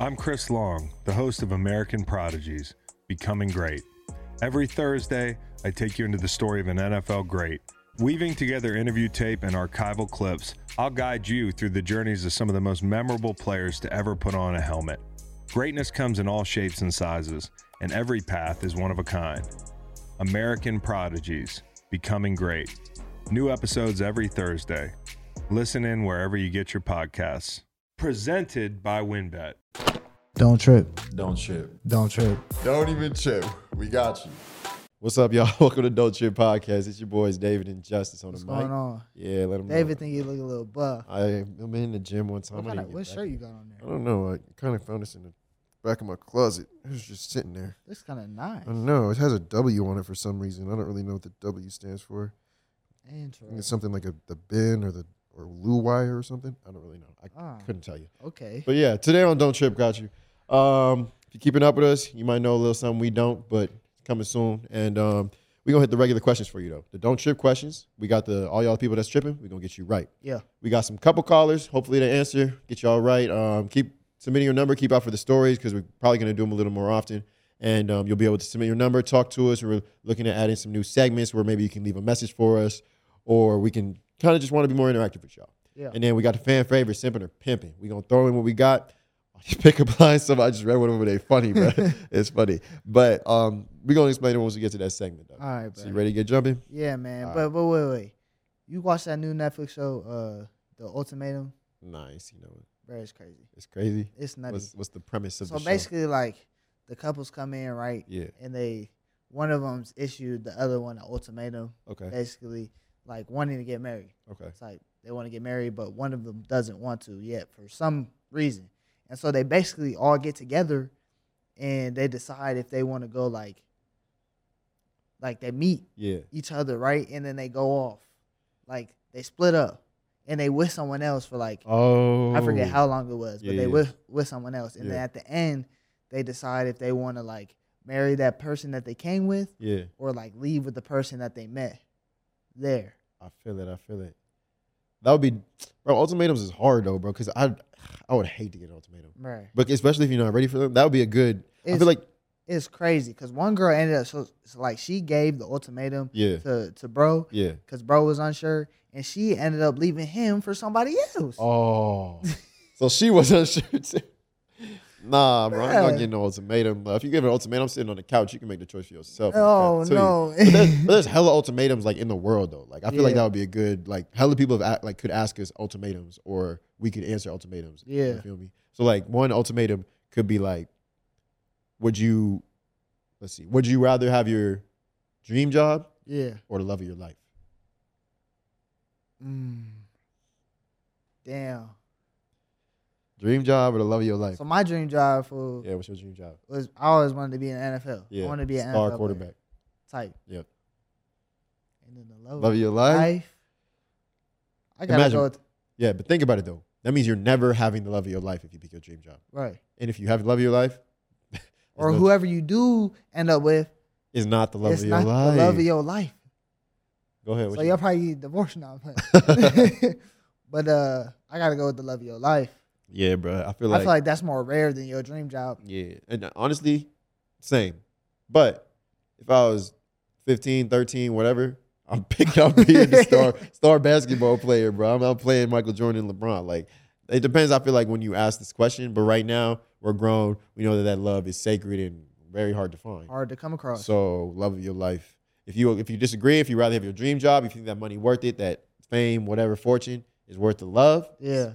I'm Chris Long, the host of American Prodigies Becoming Great. Every Thursday, I take you into the story of an NFL great. Weaving together interview tape and archival clips, I'll guide you through the journeys of some of the most memorable players to ever put on a helmet. Greatness comes in all shapes and sizes, and every path is one of a kind. American Prodigies Becoming Great. New episodes every Thursday. Listen in wherever you get your podcasts. Presented by WinBet. Don't trip. Don't trip. Don't trip. Don't even trip. We got you. What's up, y'all? Welcome to Don't Trip Podcast. It's your boys David and Justice on What's the going mic. on? Yeah, let them David think you look a little buff. I, I'm in the gym one time. What, I kind didn't of, get what back. shirt you got on I there? don't know. I kind of found this in the back of my closet. It was just sitting there. This kind of I nice. don't know. It has a W on it for some reason. I don't really know what the W stands for. I think it's Interesting. something like a the bin or the or Lou wire or something. I don't really know. I Ah, couldn't tell you. okay. But yeah, today on Don't Trip got you. Um, if you're keeping up with us, you might know a little something we don't, but it's coming soon. And um, we're gonna hit the regular questions for you though. The don't trip questions. We got the all y'all people that's tripping, we're gonna get you right. Yeah. We got some couple callers. Hopefully they answer, get y'all right. Um, keep submitting your number, keep out for the stories because we're probably gonna do them a little more often. And um, you'll be able to submit your number, talk to us. We're looking at adding some new segments where maybe you can leave a message for us, or we can kind of just want to be more interactive with y'all. Yeah. And then we got the fan favorite, simping or pimping. We gonna throw in what we got. Pick up lines. Some I just read one over there. Funny, bro. it's funny. But um, we gonna explain it once we get to that segment. Though. All right, bro. So you ready to get jumping? Yeah, man. All but but wait, wait. You watched that new Netflix show, uh, The Ultimatum? Nice. You know it. Bro, it's crazy. it's crazy. It's nutty. What's, what's the premise of so the basically, like the couples come in, right? show? Yeah. And they, one of them's issued the other one an ultimatum, Okay. basically like wanting to get married. Okay. It's like they want to get married, but one of them doesn't want to yet for some reason. And so they basically all get together and they decide if they want to go like like they meet Yeah. each other, right? And then they go off. Like they split up and they with someone else for like Oh. I forget how long it was, but Yeah, they yeah. with with someone else. And then Yeah. at the end they decide if they want to like marry that person that they came with Yeah. or like leave with the person that they met there. I feel it. I feel it. That would be, bro. Ultimatums is hard though, bro. Because I, I would hate to get an ultimatum. Right. But especially if you're not ready for them, that would be a good. I It's- feel like it's crazy because one girl ended up so, so, like she gave the ultimatum yeah, to to bro yeah. because bro was unsure and she ended up leaving him for somebody else. Oh, so she was unsure too. Nah, bro, I'm Yeah. not getting an ultimatum. But if you give an ultimatum, I'm sitting on the couch. You can make the choice for yourself. oh I'll tell no! you. But there's, but there's hella ultimatums like in the world though. Like I feel like Yeah. that would be a good like hella people have a- like could ask us ultimatums or we could answer ultimatums. Yeah. you feel me? So like one ultimatum could be like, would you, let's see, would you rather have your dream job yeah. or the love of your life? Mm. Damn. Dream job or the love of your life? So my dream job for Yeah, what's your dream job? was I always wanted to be in the NFL. Yeah, I want to be an NFL star player quarterback. type. Yep. And then the love, Love of your life. life. I gotta Imagine. go with, Yeah, but think about it though. That means you're never having the love of your life if you pick your dream job. right And if you have the love of your life, or no- whoever you do end up with. it's not the love it's of your not life. the love of your life. Go ahead. what So you- y'all probably divorced now, but, but uh, I gotta go with the love of your life. yeah, bro. I feel I like, feel like that's more rare than your dream job. yeah. And honestly, same. But if I was 15, 13, whatever, I'm picking up being the star star basketball player, bro. I'm, I'm playing Michael Jordan and LeBron. Like it depends. I feel like when you ask this question, but right now we're grown. We know that that love is sacred and very hard to find. Hard to come across. So love of your life. If you if you disagree, if you rather have your dream job, if you think that money worth it, that fame, whatever fortune is worth the love, yeah,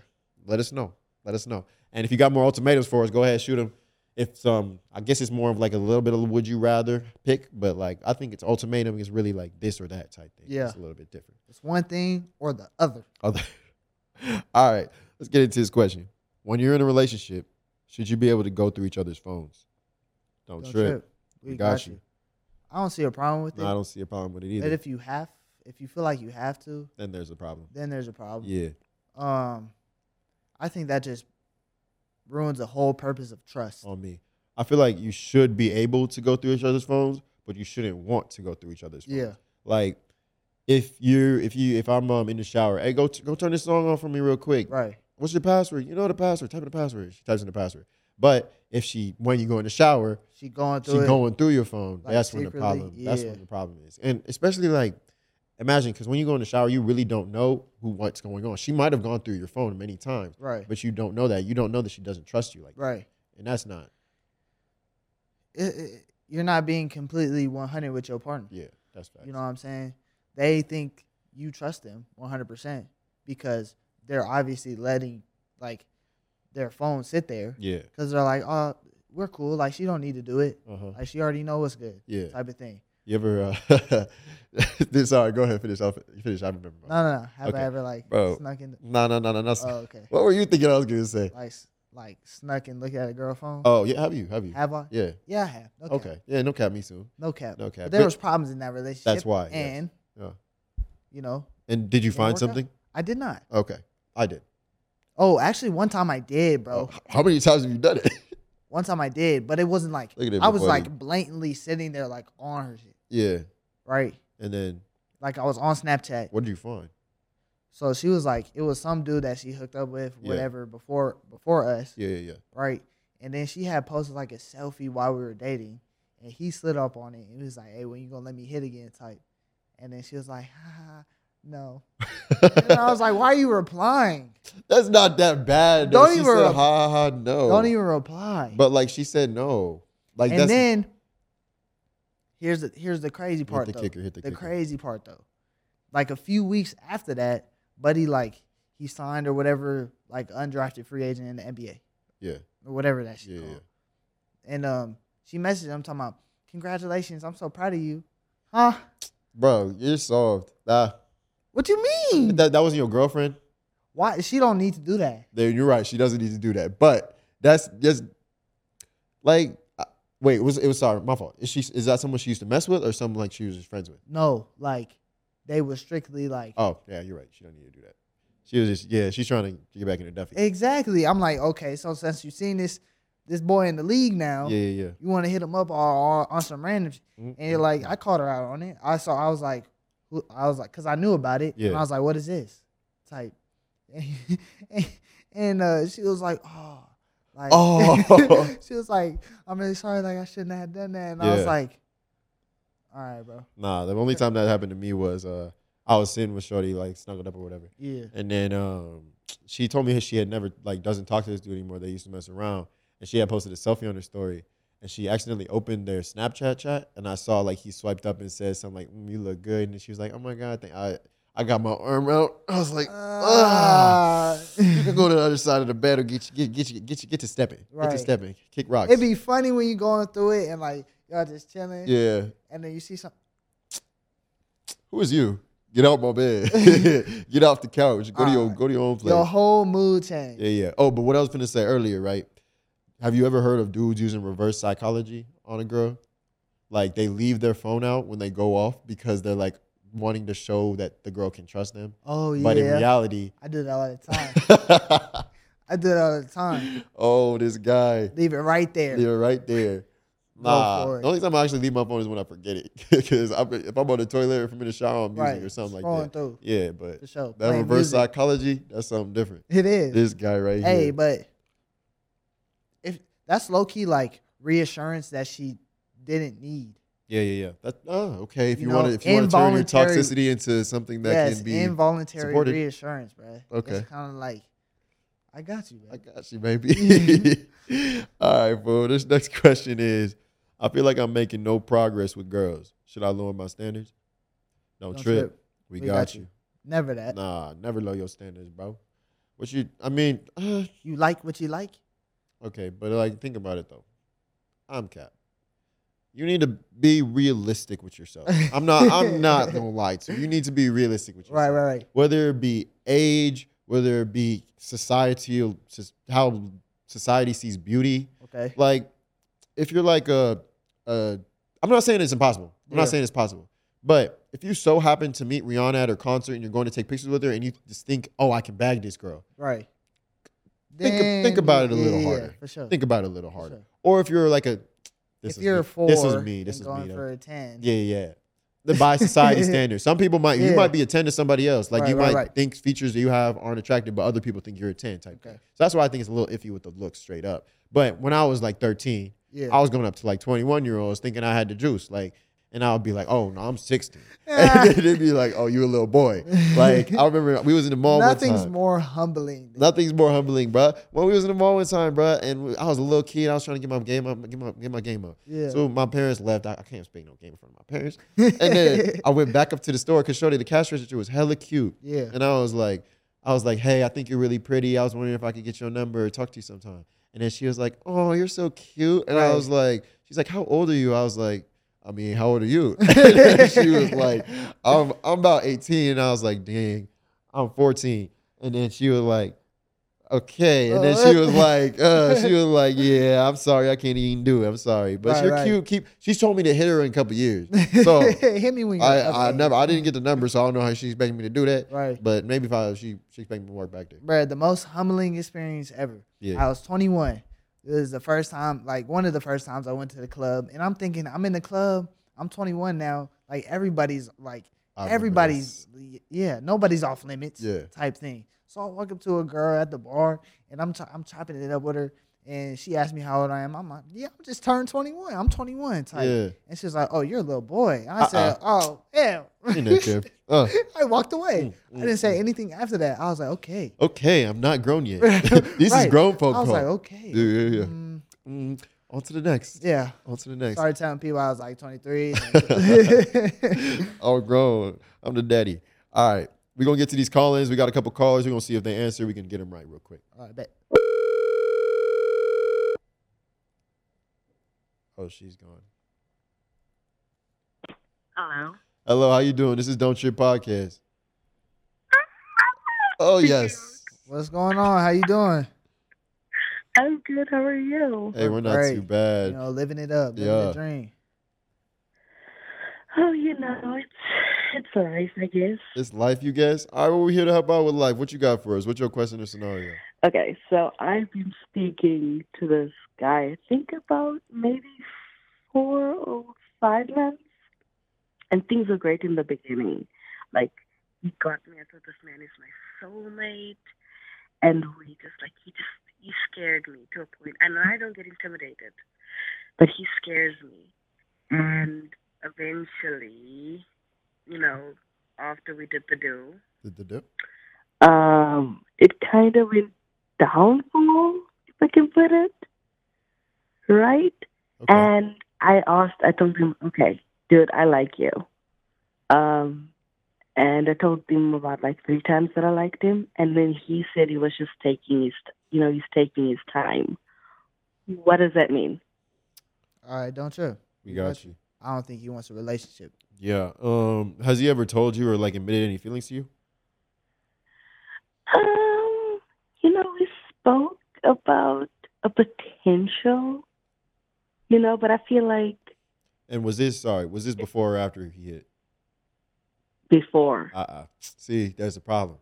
let us know. Let us know. And if you got more ultimatums for us, go ahead shoot them. If um, I guess it's more of like a little bit of would you rather pick, but like I think it's ultimatum is really like this or that type thing. Yeah. it's a little bit different. it's one thing or the other. Other. All right, let's get into this question. When you're in a relationship, should you be able to go through each other's phones? Don't, Don't trip. trip. We got, you. I don't see a problem with it. No, I don't see a problem with it but either. if you have, if you feel like you have to, then there's a problem. then there's a problem. Yeah. Um, I think that just ruins the whole purpose of trust. on me. I feel like you should be able to go through each other's phones, but you shouldn't want to go through each other's phones. yeah, Like if you if you if I'm um, in the shower, hey, go t- go turn this song on for me real quick. right. What's your password? You know the password. Type in the password. She types in the password. But if she, when you go in the shower, She going she through it. going through your phone. Like, that's when the secretly? problem. That's Yeah. when the problem is, and especially like, imagine because when you go in the shower, you really don't know who what's going on. She might have gone through your phone many times, right, but you don't know that. You don't know that she doesn't trust you like, that. right. and that's not. It, it, you're not being completely 100 with your partner. Yeah, that's facts. You know what I'm saying? They think you trust them 100% because they're obviously letting like their phone sit there yeah. because they're like, oh, we're cool. Like she don't need to do it. Uh huh. Like she already know what's good. Yeah. Type of thing. You ever? Uh, this, sorry, go ahead. Finish. I'll fi- finish. I remember. No, no, no. Have Okay. I ever like Bro. snuck in? The, No, no, no, no, no. oh, okay. What were you thinking? I was gonna say. Like s- like snuck and look at a girl phone. Oh yeah, have you? Have you? have I? Yeah. Yeah. I have. No cap. Okay. Yeah. No cap. Me soon. No cap. No cap. But there But- was problems in that relationship. why, yes. And Yeah. you know, And did you Didn't find work out? something? I did not. Okay. I did. Oh, actually, one time I did, bro. Oh, how many times have you done it? One time I did, but it wasn't like Look at him I was avoiding. like blatantly sitting there like on her shit, yeah. right? And then Like I was on Snapchat. what did you find? So she was like, it was some dude that she hooked up with, Yeah. whatever, before before us, Yeah, yeah, yeah. right? And then she had posted like a selfie while we were dating, and he slid up on it and he was like, "Hey, when you gonna let me hit again?" Type. And then she was like, "Ha, ha, ha, no." And I was like, "Why are you replying? That's not that bad. though. Don't she even said, rep- ha ha ha, no. Don't even reply." Oh. But like she said no. Like and that's then here's the here's the crazy part the though. kicker, hit the kicker. crazy part though. Like a few weeks after that, Buddy like he signed or whatever, like undrafted free agent in the NBA yeah, or whatever that shit yeah, called. yeah. And um, she messaged him talking about, "Congratulations, I'm so proud of you." Huh? Bro, you're soft. Nah, What you mean? that that wasn't your girlfriend. Why she don't need to do that? Then you're right. She doesn't need to do that. But that's just like uh, wait. Was it was sorry? My fault. Is she is that someone she used to mess with or someone like she was just friends with? No, like they were strictly like Oh yeah, you're right. She don't need to do that. She was just yeah. She's trying to get back into Duffy. exactly. I'm like, okay, so since you've seen this this boy in the league now, Yeah, yeah, yeah. you want to hit him up or, or on some random sh- Mm, and you're like i called her out on it i saw i was like who, i was like because i knew about it and Yeah. i was like what is this type and, uh, she was like oh like Oh. she was like i'm really sorry like i shouldn't have done that and i was Yeah. like all right bro Nah, the only time that happened to me was uh, I was sitting with Shorty, like snuggled up or whatever, yeah and then um, she told me she had never like doesn't talk to this dude anymore. They used to mess around, and she had posted a selfie on her story, and she accidentally opened their Snapchat chat, and I saw like he swiped up and said something like, mm, "You look good," and then she was like, "Oh my god, thank- I I got my arm out." I was like, Uh, "Ah." You can go to the other side of the bed or get you get get you get you get to stepping, get to Right. stepping, kick rocks. it'd be funny when you're going through it and like y'all just chilling yeah. and then you see something Who is you? Get out my bed. Get off the couch. Go to your Alright. go to your own place. your whole mood change yeah, yeah. Oh, but what I was gonna say earlier, right? Have you ever heard of dudes using reverse psychology on a girl? Like they leave their phone out when they go off because they're like wanting to show that the girl can trust them. oh yeah But in reality, i do that all the time i do that all the time oh, this guy. Leave it right there. You're right there. Go Nah, for it. the only time I actually leave my phone is when I forget it. Because if I'm on the toilet, or if I'm in the shower, I'm music Right. or something Scrolling like that. through. Yeah, but For sure. That Playing reverse music. psychology, that's something different. It is. This guy right hey, here. but if that's low key like reassurance that she didn't need. yeah, yeah, yeah. That, oh, okay. If You you, know, want to, if you want to turn your involuntary- toxicity into something that yes, can be, involuntary supported. reassurance, bro. Okay. It's kind of like, I got you, I bro. got you, baby. All right, fool. This next question is: I feel like I'm making no progress with girls. Should I lower my standards? Don't, Don't trip. trip. We, got, you. Never that. Nah, never lower your standards, bro. What you? I mean, uh, You like what you like. Okay, but like think about it though. I'm cap. You need to be realistic with yourself. I'm not I'm not gonna lie to you. You need to be realistic with yourself. Right, right, right. Whether it be age, whether it be society, how society sees beauty. Okay. Like if you're like a, a I'm not saying it's impossible. I'm Yeah. not saying it's possible. But if you so happen to meet Rihanna at her concert and you're going to take pictures with her and you just think, oh, I can bag this girl. Right. Think of- Then think about it a yeah, little yeah, harder. for sure. Think about it a little harder. sure. Or if you're like a this if is you're me. a four, this is me. This and is going me. though. for a ten. Yeah, yeah. the by society standard. Some people might you Yeah. might be a ten to somebody else. Like Right, you right, might right. think features that you have aren't attractive, but other people think you're a ten type. thing. Okay. So that's why I think it's a little iffy with the look straight up. But when I was like thirteen, Yeah. I was going up to like twenty one year olds thinking I had the juice. Like and I would be like, oh no, I'm sixteen. and then they'd be like, oh, you a little boy. Like I remember we was in the mall. one Nothing's time. more humbling. Than Nothing's more humbling, bruh. When we was in the mall one time, bruh, and we- I was a little kid, I was trying to get my game up, get my get my game up. Yeah. So my parents left. I, I can't speak no game in front of my parents. And then I went back up to the store because Shorty, the cash register was hella cute. Yeah. And I was like, I was like, hey, I think you're really pretty. I was wondering if I could get your number or talk to you sometime. And then she was like, oh, you're so cute. And I Right. was like, she's like, how old are you? I was like. I mean, how old are you? And she was like, I'm, I'm about 18. And I was like, dang, I'm 14. And then she was like, okay. And then Oh, she was what? like, uh, she was like, yeah, I'm sorry. I can't even do it. I'm sorry. But Right, you're right. cute. Keep, she's told me to hit her in a couple years. So hit me when you're up, I, I man. never, I didn't get the number. So I don't know how she's expecting me to do that. Right. But maybe if I, she, she expecting me to work back there. Bruh, the most humbling experience ever. Yeah. I was 21. It was the first time, like one of the first times I went to the club, and I'm thinking I'm in the club. I'm 21 now. Like everybody's like I remember everybody's yeah, nobody's off limits. Yeah. type thing. So I walk up to a girl at the bar, and I'm i I'm chopping it up with her, and she asked me how old I am. I'm like, yeah, I'm just turned 21. I'm 21 type. Yeah. And she's like, oh, you're a little boy. And I said, oh, hell. You know, Jeff. Uh, I walked away. Mm, I didn't say anything after that. I was like, okay. okay, I'm not grown yet. this is Right. grown folk. I was like, talk. okay. Yeah, yeah, yeah. Mm, Mm, on to the next. yeah. On to the next. Started telling people I was like 23. I'm grown. I'm the daddy. All right. We're going to get to these call ins. We got a couple callers. We're going to see if they answer. We can get them right real quick. All right, bet. Oh, she's gone. Hello. Hello, how you doing? This is Don't Trip Podcast. Oh, yes. What's going on? How you doing? I'm good. How are you? Hey, we're not too Great. You bad. know, living it up, living Yeah. the dream. Oh, you know, it's it's life, I guess. It's life, you guess? All right, well, we're here to help out with life. What you got for us? What's your question or scenario? Okay, so I've been speaking to this guy. I think about maybe four or five months, and things were great in the beginning. Like he got me. I thought this man is my soulmate, and we just like he just he scared me to a point. And I don't get intimidated, but he scares me. And eventually, you know, after we did the do, Did the dip? um, it kind of went downfall, if I can put it right. Okay. And I asked, I told him, okay, dude, I like you. Um, and I told him about like three times that I liked him, and then he said he was just taking his, you know, he's taking his time. What does that mean? All right, don't you? we got you. I don't think he wants a relationship. Yeah. Um, has he ever told you or like admitted any feelings to you? Um, you know, we spoke about a potential, you know, but I feel like And was this, sorry, was this before or after he hit? before. Uh uh See, there's a problem.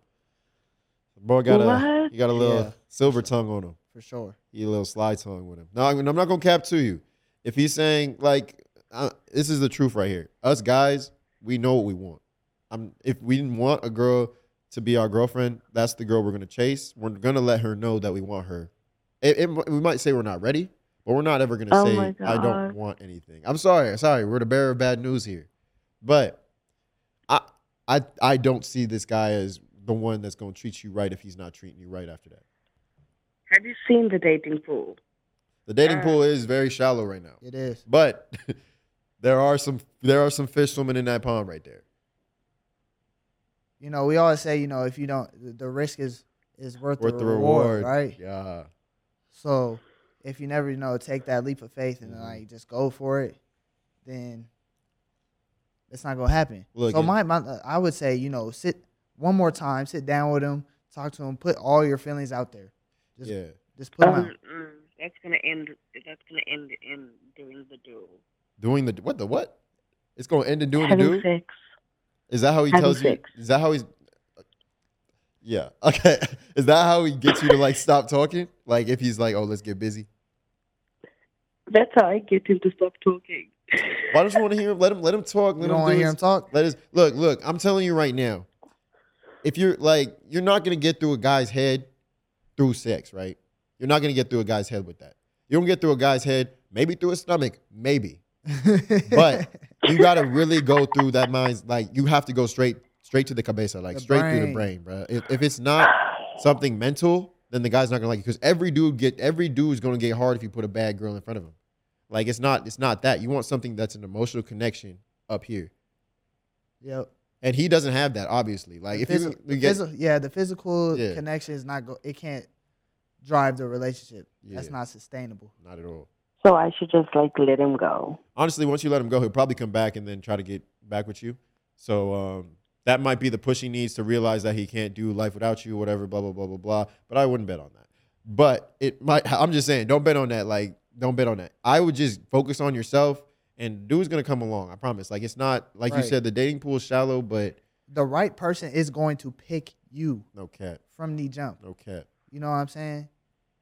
Boy got a What? he got a little Yeah. silver tongue on him. For sure. He a little sly tongue with him. No, I mean, I'm not gonna cap to you. If he's saying like uh, this is the truth right here. Us guys, we know what we want. I'm if we didn't want a girl to be our girlfriend, that's the girl we're gonna chase. We're gonna let her know that we want her. It, it, we might say we're not ready, but we're not ever gonna Oh say my I don't God. want anything. I'm sorry, sorry. We're the bearer of bad news here, but I I I don't see this guy as the one that's gonna treat you right if he's not treating you right after that. Have you seen the dating pool? The dating Uh, pool is very shallow right now. It is. But there are some there are some fish swimming in that pond right there. You know, we always say, you know, if you don't, the- the risk is is worth, Worth the, the reward, reward. right? Yeah. So, if you never you know take that leap of faith and Mhm. like just go for it, then it's not gonna happen. Look, so it- my, my I would say you know sit one more time, sit down with him, talk to him, put all your feelings out there. Just Yeah. just put them out. Mm-mm. Um, mm, That's gonna end. That's gonna end in doing the do. Doing the what the what? It's gonna end in doing the Having do? sex. Is that how he having tells you? sex. Is that how he's Yeah. Okay. Is that how he gets you to like stop talking? Like if he's like, oh, let's get busy. That's how I get him to stop talking. Why don't you want to hear him? Let him let him talk. Let You him don't want do to hear his- him talk. Let us look, look, I'm telling you right now. If you're like, you're not gonna get through a guy's head through sex, right? You're not gonna get through a guy's head with that. You don't get through a guy's head, maybe through his stomach, maybe. But you gotta really go through that mind's like you have to go straight straight to the cabeza, like The straight through the brain, bro. If, if it's not something mental, then the guy's not gonna like you. Because every dude get every dude's gonna get hard if you put a bad girl in front of him. Like it's not it's not that. You want something that's an emotional connection up here yep. and he doesn't have that obviously like The if physi- you, the you get physi- yeah, the physical Yeah. connection is not go. It can't drive the relationship. That's Yeah. not sustainable. not at all So I should just like let him go. honestly once you let him go he'll probably come back and then try to get back with you so um that might be the push he needs to realize that he can't do life without you whatever blah blah blah blah blah but i wouldn't bet on that but it might i'm just saying don't bet on that like don't bet on that i would just focus on yourself and dude's gonna come along i promise like it's not like Right. you said the dating pool is shallow but The right person is going to pick you no cap from the jump. no cap You know what I'm saying?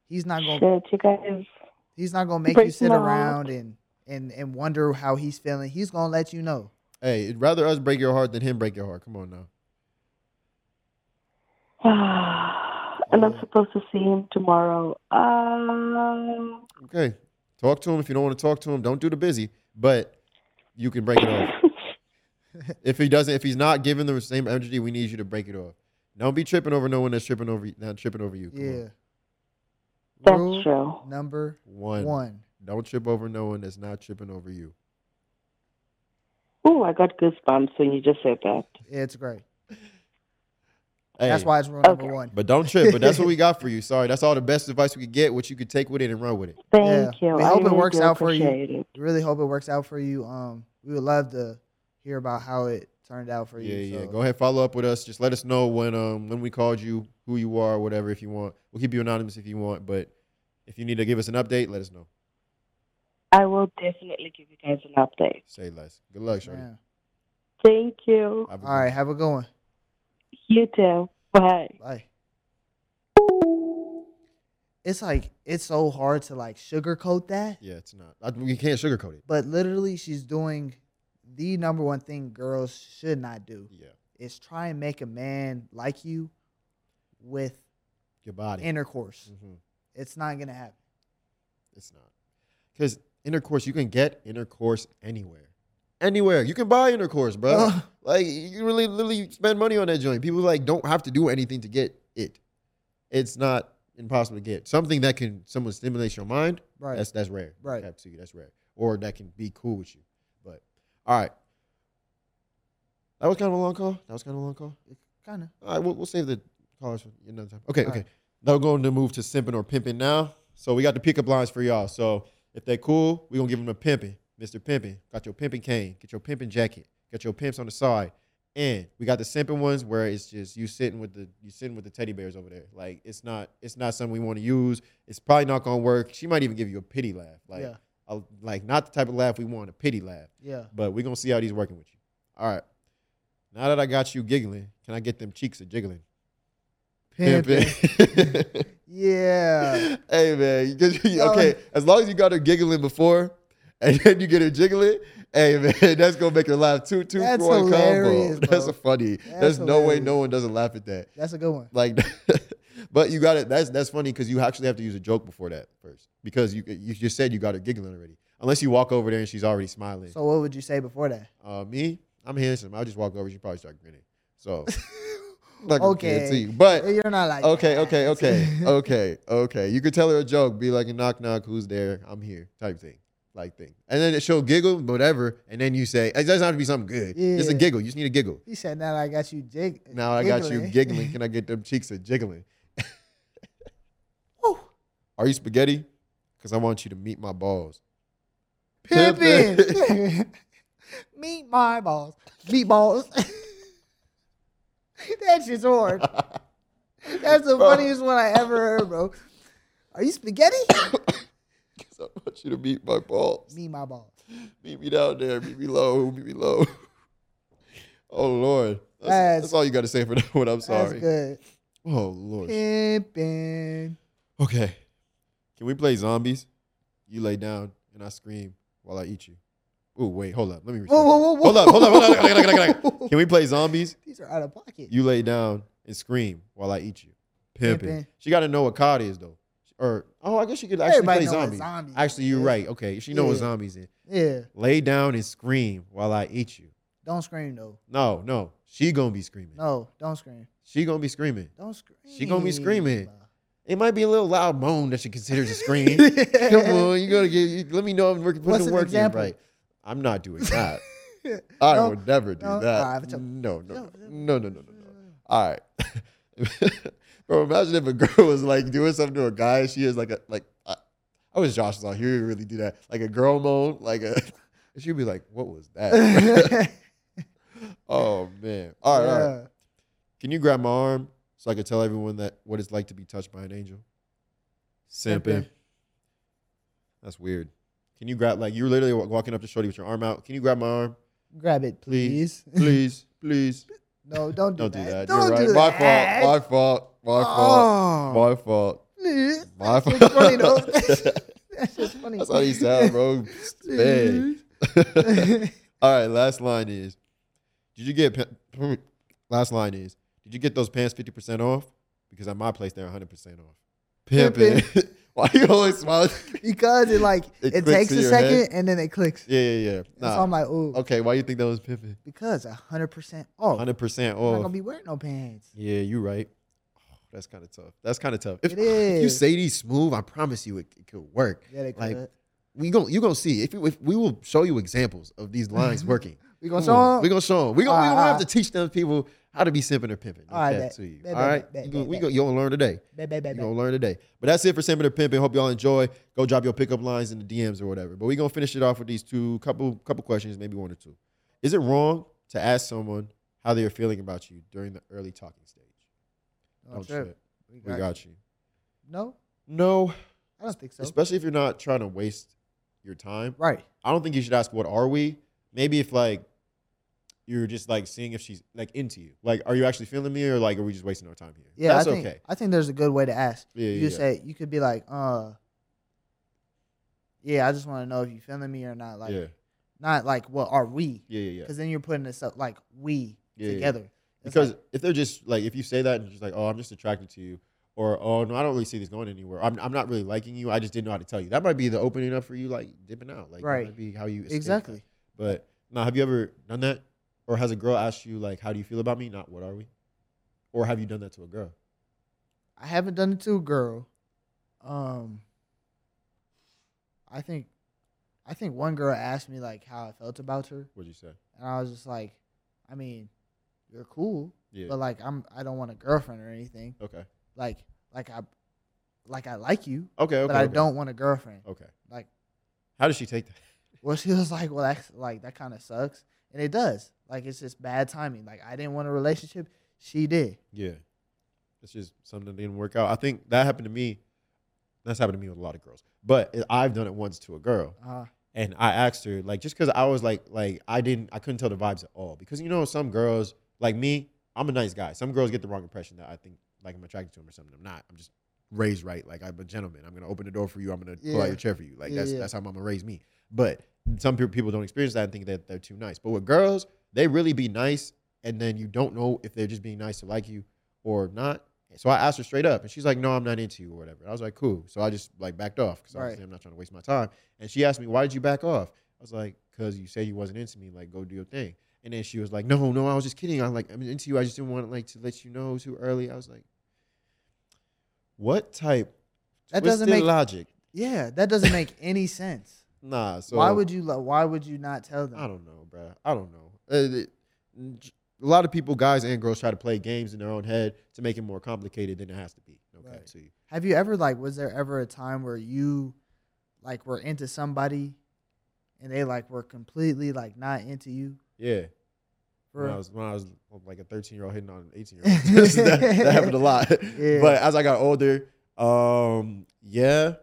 He's not gonna. Shit, you guys. He's not gonna make you Breaks sit my heart. around and and and wonder how he's feeling. He's gonna let you know. hey it'd rather us break your heart than him break your heart come on now and Oh. I'm supposed to see him tomorrow. Uh, Okay. Talk to him if you don't want to talk to him. Don't do the busy, but you can break it off. if he doesn't, if he's not giving the same energy, we need you to break it off. Don't be tripping over no one that's tripping over not tripping over you. Come on. Yeah. That's Rule true. Number One. one. Don't trip over no one that's not tripping over you. oh, I got goosebumps when you just said that. It's great. Hey, That's why it's rule Okay. number one. But don't trip. But that's what we got for you. Sorry, that's all the best advice we could get. What you could take with it and run with it. Thank Yeah. you. We I hope it really works do out for you. appreciate It. We really hope it works out for you. Um, we would love to hear about how it turned out for you. Yeah, yeah. so- Go ahead, follow up with us. Just let us know when um when we called you, who you are, whatever. If you want, we'll keep you anonymous if you want. But if you need to give us an update, let us know. I will definitely give you guys an update. Say less. Good luck, Shorty. Man. Thank you. Have a good All right. Have a good one. You too. Bye. Bye. It's like it's so hard to like sugarcoat that, Yeah, it's not. I, we can't sugarcoat it. but literally she's doing the number one thing girls should not do Yeah, is try and make a man like you with your body. intercourse. Mhm. It's not gonna happen. It's not because intercourse. You can get intercourse anywhere, anywhere. You can buy intercourse, bro. Ugh. like you really, literally spend money on that joint. People like don't have to do anything to get it. It's not impossible to get something that can someone stimulates your mind. Right. That's that's rare. Right. Cap to you. That's rare. Or that can be cool with you. But all right. That was kind of a long call. That was kind of a long call. Kinda. All right, we'll, we'll save the callers for another time. Okay, All okay. right. Now we're going to move to simping or pimping now. So we got the pickup lines for y'all. So if they cool, we're going to give them a pimping. Mr. Pimping, got your pimping cane, get your pimping jacket, got your pimps on the side. And we got the simping ones where it's just you sitting with the you sitting with the teddy bears over there. Like it's not it's not something we want to use. It's probably not gonna work. She might even give you a pity laugh. Like Yeah. a, like not the type of laugh we want, a pity laugh Yeah. but we're gonna see how these working with you. All right. Now that I got you giggling, can I get them cheeks a jiggling? Pimping. Pimpin'. Yeah. hey man, you just- you- Oh. okay. As long as you got her giggling before, and then you get her jiggling, hey man, that's gonna make her laugh two two That's for one combo. hilarious, That's bro. a funny. That's There's no way hilarious. no one doesn't laugh at that. That's a good one. Like, but you got it. That's that's funny because you actually have to use a joke before that first because you you just said you got her giggling already. Unless you walk over there and she's already smiling. So what would you say before that? Uh, me, I'm handsome. I'll just walk over. She probably start grinning. So, I'm not gonna Okay. guarantee you. But You're not like okay, "Ah." okay, okay, Oh. okay, okay. You could tell her a joke. Be like, knock, knock. Who's there? I'm here. Type thing, like thing. And then she'll giggle, whatever. And then you say, it doesn't have to be something good. Just a Yeah. giggle. You just need a giggle. He said, "Now I got you jig." Now I got you giggling. Can I get them cheeks a jiggling? Woo. Are you spaghetti? Because I want you to meet my balls. Pimping. Meet my balls. Meatballs. that shit's hard. That's the Bro. funniest one I ever heard, bro. Are you spaghetti? 'Cause I want you to meet my balls. Meet my balls. Meet me down there. Meet me low. Meet me low. oh Lord, that's, That's- that's all you got to say for that one. I'm sorry. That's good. Oh Lord. Pimping. Okay, can we play zombies? You lay down and I scream while I eat you. Ooh, wait, hold up. Let me. Whoa, restart. whoa, whoa, whoa. Hold up, hold up, hold up. hold up, hold up, hold up, hold up. Can we play zombies? These are out of pocket. You lay down and scream while I eat you. Pimping. Pimpin'. She got to know what COD is though. Or oh, I guess she could actually Everybody play know what zombies. zombies Actually, you're is. right. Okay, she know what Yeah. zombies is. yeah, Lay down and scream while I eat you. don't scream though. No, no, she gonna be screaming. No, don't scream. She gonna be screaming. Don't scream. She gonna be screaming. It might be a little loud moan that she considers a scream. Come on, you gotta get. you- Let me know I'm working. Put What's the an work in example? right. I'm not doing that. on. I No, would never do no, all right, but that. you- No, no, no, no, no, no, no, no. no. All right, bro. Imagine if a girl was like doing something to a guy. and She is like a like. I, I wish Josh was out here. He would really do that. Like a girl moan. Like a. She'd be like, "What was that?" oh man. All right, all right. Yeah. Can you grab my arm so I could tell everyone that what it's like to be touched by an angel? Simping. Simping. That's weird. Can you grab like you were literally wa- walking up to Shorty with your arm out? Can you grab my arm, Grab it, please, please. please, please? No, don't do Don't that. do that. Don't You're right. do my that. Oh. fault. My fault. My fault. My fault. Please. My That's what's funny, though. fault. That's just funny. That's how you sound, bro. Man. All right. Last line is, did you get? pa- Last line is, did you get those pants fifty percent off? Because at my place they're hundred percent off. Pimping. Why you always smiling? because it like It it, clicks takes in a your second head. and then it clicks. yeah, yeah, yeah. And So Nah. I'm like, oh, okay. Why you think that was pimping? because hundred percent off. I'm Hundred percent not gonna off. be wearing no pants. Yeah, you right. Oh, that's kind of tough. That's kind of tough. If, It if you is. say these smooth, I promise you it, it could work. Yeah, they Like, could. we gon' you gonna see if, you- if we will show you examples of these lines working. We gonna Come on, show Hmm. We them. gonna show them. We gonna, we Alright, gonna have to alright. teach them people how to be simping or pimping. All Alright, right, bet. to you. Bet, All bet, right, bet, you bet, gonna, we bet. gonna, you gonna learn today. Bad, bad, You bad, gonna bad. learn today. But that's it for simping or pimping. Hope y'all enjoy. Go drop your pickup lines in the DMs or whatever. But we gonna finish it off with these two couple couple questions, maybe one or two. Is it wrong to ask someone how they are feeling about you during the early talking stage? Don't trip. We We got Oh, you. got you. No, No, I don't think so. especially if you're not trying to waste your time. Right. I don't think you should ask what are we. Maybe if like you're just like seeing if she's like into you. Like, are you actually feeling me or like are we just wasting our time here? Yeah, That's I think, okay. I think there's a good way to ask. Yeah, you yeah, could yeah. say you could be like, uh, yeah, I just want to know if you feeling me or not. Like, yeah. not like what are we? Yeah, yeah, yeah. Because then you're putting this up like we Yeah, yeah, yeah. together. It's Because like, if they're just like if you say that and just like, oh, I'm just attracted to you, or oh no, I don't really see this going anywhere. I'm I'm not really liking you. I just didn't know how to tell you. That might be the opening up for you like dipping out. Like that Right. might be how you escape that. exactly. But now, have you ever done that, or has a girl asked you like, "How do you feel about me?" Not "What are we," or have you done that to a girl? I haven't done it to a girl. Um, I think, I think one girl asked me like how I felt about her, What'd you say? and I was just like, I mean, you're cool, Yeah. but like I'm, I don't want a girlfriend or anything. okay. Like, like I, like I like you, Okay. Okay. but I okay. don't want a girlfriend. Okay. Like, How does she take that? well, she was like, well, that's like that kind of sucks, and it does. Like, it's just bad timing. Like, I didn't want a relationship. She did. Yeah. It's just something that didn't work out. I think that happened to me. That's happened to me with a lot of girls, but it- I've done it once to a girl, Uh, and I asked her like, just because I was like, like I didn't, I couldn't tell the vibes at all because you know some girls like me, I'm a nice guy. Some girls get the wrong impression that I think like I'm attracted to them or something. I'm not. I'm just raised right. Like I'm a gentleman. I'm gonna open the door for you. I'm gonna pull out Yeah. your chair for you. Like Yeah, that's yeah. that's how I'm gonna raise me. But some pe- people don't experience that and think that they're too nice. But with girls, they really be nice, and then you don't know if they're just being nice to like you or not. So I asked her straight up, and she's like, "No, I'm not into you or whatever." And I was like, "Cool." So I just like backed off because Right. obviously I'm not trying to waste my time. And she asked me, "Why did you back off?" I was like, "Cause you said you wasn't into me. Like, go do your thing." And then she was like, "No, no, I was just kidding. I like I'm into you. I just didn't want like to let you know too early." I was like, "What type? That doesn't twisted make- logic." yeah, that doesn't make any sense. Nah. So why would you? lo- Why would you not tell them? I don't know, bro. I don't know. Uh, it- A lot of people, guys and girls, try to play games in their own head to make it more complicated than it has to be. No cap Right. to you. Have you ever like? Was there ever a time where you, like, were into somebody, and they like were completely like not into you? Yeah. For When I was when I was oh, like a 13 year old hitting on an 18 year old. that, that happened a lot. Yeah. But as I got older, um, yeah.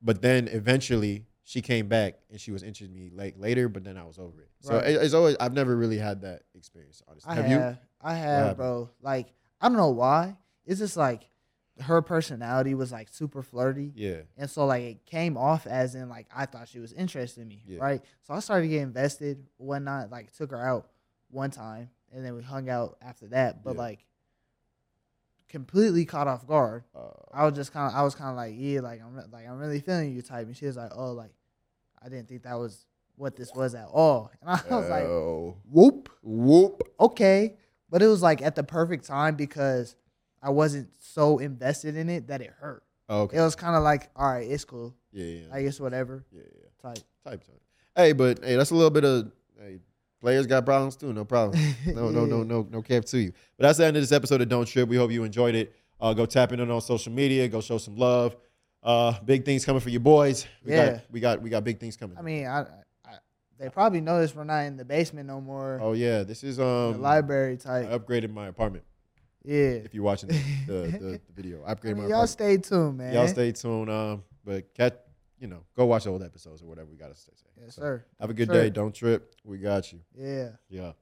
But then eventually she came back and she was interested in me like later, but then I was over it. So Right. it, it's always I've never really had that experience, honestly. I have have, you? I happened? have, bro. Like, I don't know why. It's just like her personality was like super flirty. Yeah. And so like it came off as in like I thought she was interested in me, Yeah. right? So I started to get invested, whatnot. Like took her out one time, and then we hung out after that. But Yeah. like completely caught off guard. Uh, I was just kind of I was kind of like yeah, like I'm re- like I'm really feeling you type, and she was like oh like I didn't think that was what this was at all, and I was like oh. whoop Whoop. okay, but it was like at the perfect time because I wasn't so invested in it that it hurt. Okay. It was kind of like all right, it's cool. Yeah, yeah. I guess whatever yeah, yeah. type. Type time. Hey, but hey, that's a little bit of hey, players got problems too. No problem. No, no, no, no, no cap to you. But that's the end of this episode of Don't Trip. We hope you enjoyed it. Uh, go tap in on social media. Go show some love. Uh, big things coming for you boys. We Yeah. got we got we got big things coming. I mean, I, I they probably noticed we're not in the basement no more. oh yeah, this is um. the library I type. upgraded my apartment. yeah. If you're watching the, the, the, the video, I I upgraded mean, my y'all apartment. stay tuned, man. Y'all stay tuned. Um, but cat, you know, go watch old episodes or whatever we gotta say. Yes, So, sir. Have a good Sure. day. Don't trip. We got you. Yeah. Yeah.